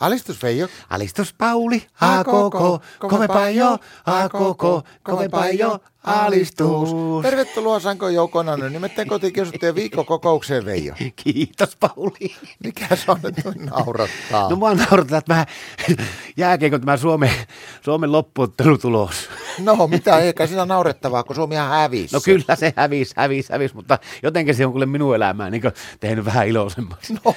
Alistus Veijo. Alistus Pauli, a koko, kovempaa jo, a koko, kovempaa jo, alistus. Tervetuloa Sanko Joukona, no nimittäin kotikiusattujen viikkokokoukseen Veijo. Kiitos Pauli. Mikä se on, että noin naurattaa? No mua naurataan, että mä, jääkeekö tämä Suomen, Suomen loppuottelutulos. No mitä, eikä siinä naurettavaa, kun Suomihan hävisi. No kyllä se hävisi, hävisi, hävisi, mutta jotenkin se on kuule minun elämää niin tehnyt vähän iloisemmaksi. No.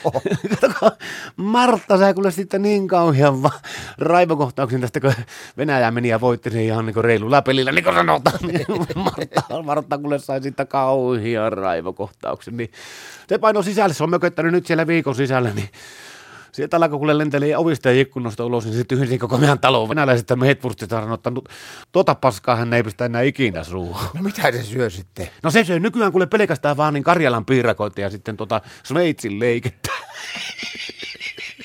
Katsokaa, Martta sai kuule sitten niin kauhean va- raivokohtauksen tästä, kun Venäjä meni ja voitti sen ihan niin reilulla pelillä, niin kuin sanotaan. Martta, Martta kuule sai siitä kauhean raivokohtauksen, niin se paino sisälle, se on mököttänyt nyt siellä viikon sisällä, niin sieltä alkoi kuule lentelee ovista ja ikkunasta ulos, niin se tyhjensi koko meidän talon. Venäläiset tämä hetvurstit on ottanut, tuota paskaa hän ei pistä enää ikinä suuhun. No mitä se syö sitten? No se syö nykyään kuule pelkästään vaan niin Karjalan piirakoita ja sitten tota Sveitsin leikettä.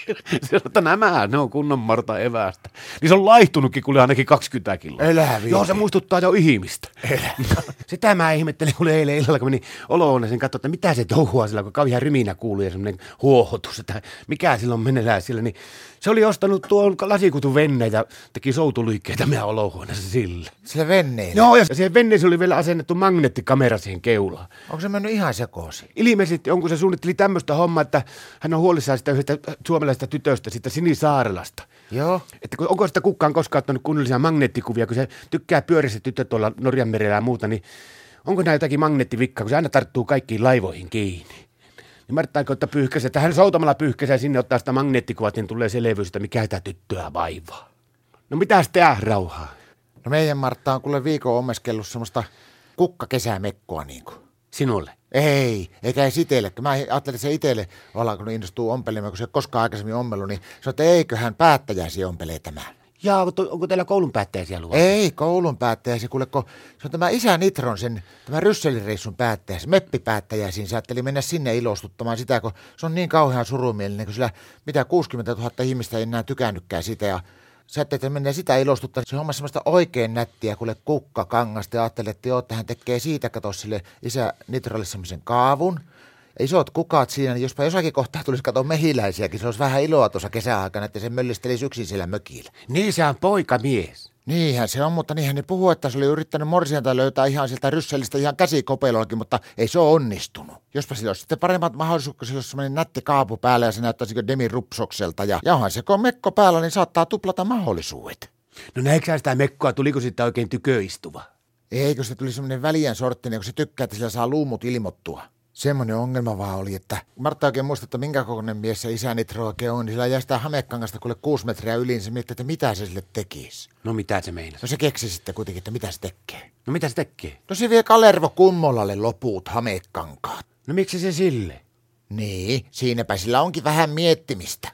se on, että nämä, ne on kunnon Marta evästä. Niin se on laihtunutkin kuule ainakin 20 kiloa. Elä viitti. Joo, se muistuttaa jo ihmistä. No, Sitä mä ihmettelin, kun eilen illalla, kun menin olohuoneeseen katsoa, että mitä se touhua sillä, kun kauhean ryminä kuului ja semmoinen huohotus, että mikä silloin meneillään siellä. Niin se oli ostanut tuon lasikutun venneitä, ja teki soutuliikkeitä meidän olohuoneessa sillä. Sillä venneen. Joo, ja siihen venneeseen oli vielä asennettu magneettikamera siihen keulaan. Onko se mennyt ihan sekoosi? Ilmeisesti onko se suunnitteli tämmöistä hommaa, että hän on huolissaan sitä yhdestä suomalaisesta tytöstä, sitä Sinisaarelasta. Joo. Että kun- onko sitä kukaan koskaan ottanut kunnollisia magneettikuvia, kun se tykkää pyörissä tyttö tuolla Norjanmerellä ja muuta, niin onko näillä jotakin magneettivikkaa, kun se aina tarttuu kaikkiin laivoihin kiinni? Niin Marttaako ottaa pyyhkäisen, että hän soutamalla pyyhkäisen sinne ottaa sitä magneettikuvat, niin tulee selvyys, että mikä tätä tyttöä vaivaa. No mitä tehdä rauhaa? No meidän Martta on kuule viikon omeskellut semmoista kukkakesämekkoa niinku. Sinulle. Ei, eikä edes itelle. Mä ajattelin, että se itelle ollaan, kun innostuu ompelemaan, kun se ei ole koskaan aikaisemmin ommellut, niin se on, että eiköhän päättäjäsi ompelee tämän. Jaa, mutta onko teillä koulun päättäjä siellä luo? Ei, koulun päättäjäsi, kuule, kun se on tämä isä Nitron, sen, tämä rysselireissun päättäjäsi, meppipäättäjäsi, se ajatteli mennä sinne ilostuttamaan sitä, kun se on niin kauhean surumielinen, kun sillä mitä 60 000 ihmistä ei enää tykännytkään sitä ja Sä ajattelet, että mennään sitä ilostuttaa. Se homma semmoista oikein nättiä, kuule kukkakangasta. Ja ajattelet, että joo, että hän tekee siitä, kato sille isä Nitrolle semmoisen kaavun. Ja isot kukat siinä, niin jospa jossakin kohtaa tulisi katsoa mehiläisiäkin. Se olisi vähän iloa tuossa kesäaikana, että se möllistelisi yksin siellä mökillä. Niin se on poikamies. Niinhän se on, mutta niinhän ne puhuu, että se oli yrittänyt morsianta löytää ihan sieltä rysselistä ihan käsikopelollakin, mutta ei se ole onnistunut. Jospa sillä olisi sitten paremmat mahdollisuudet, kun sillä olisi sellainen nätti kaapu päällä ja se näyttäisikö Demi Rupsokselta. Ja, ja onhan se, kun on mekko päällä, niin saattaa tuplata mahdollisuudet. No näetkö sä sitä mekkoa, tuliko sitten oikein tyköistuva? Eikö se tuli semmoinen väliän sorttinen, kun se tykkää, että sillä saa luumut ilmoittua. Semmoinen ongelma vaan oli, että Martta oikein muista, että minkä kokoinen mies se isä Nitro oikein on, niin sillä jäi sitä hamekangasta kuule kuusi metriä yliin, se miettii, että mitä se sille tekisi. No mitä se meinaa? No se keksi sitten kuitenkin, että mitä se tekee. No mitä se tekee? No se vie Kalervo Kummolalle loput hamekankaat. No miksi se sille? Niin, siinäpä sillä onkin vähän miettimistä.